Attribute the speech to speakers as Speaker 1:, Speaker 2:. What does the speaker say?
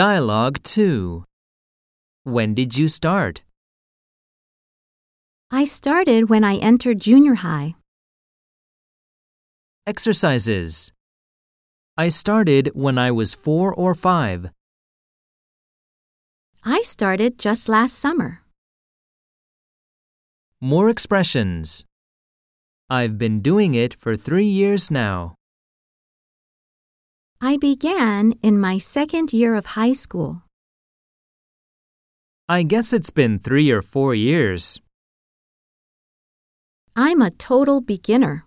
Speaker 1: Dialogue 2 When did you start?
Speaker 2: I started when I entered junior high.
Speaker 1: Exercises. I started when I was four or five.
Speaker 2: I started just last summer.
Speaker 1: More expressions. I've been doing it for three years now.
Speaker 2: I began in my second year of high school.
Speaker 1: I guess it's been three or four years.
Speaker 2: I'm a total beginner.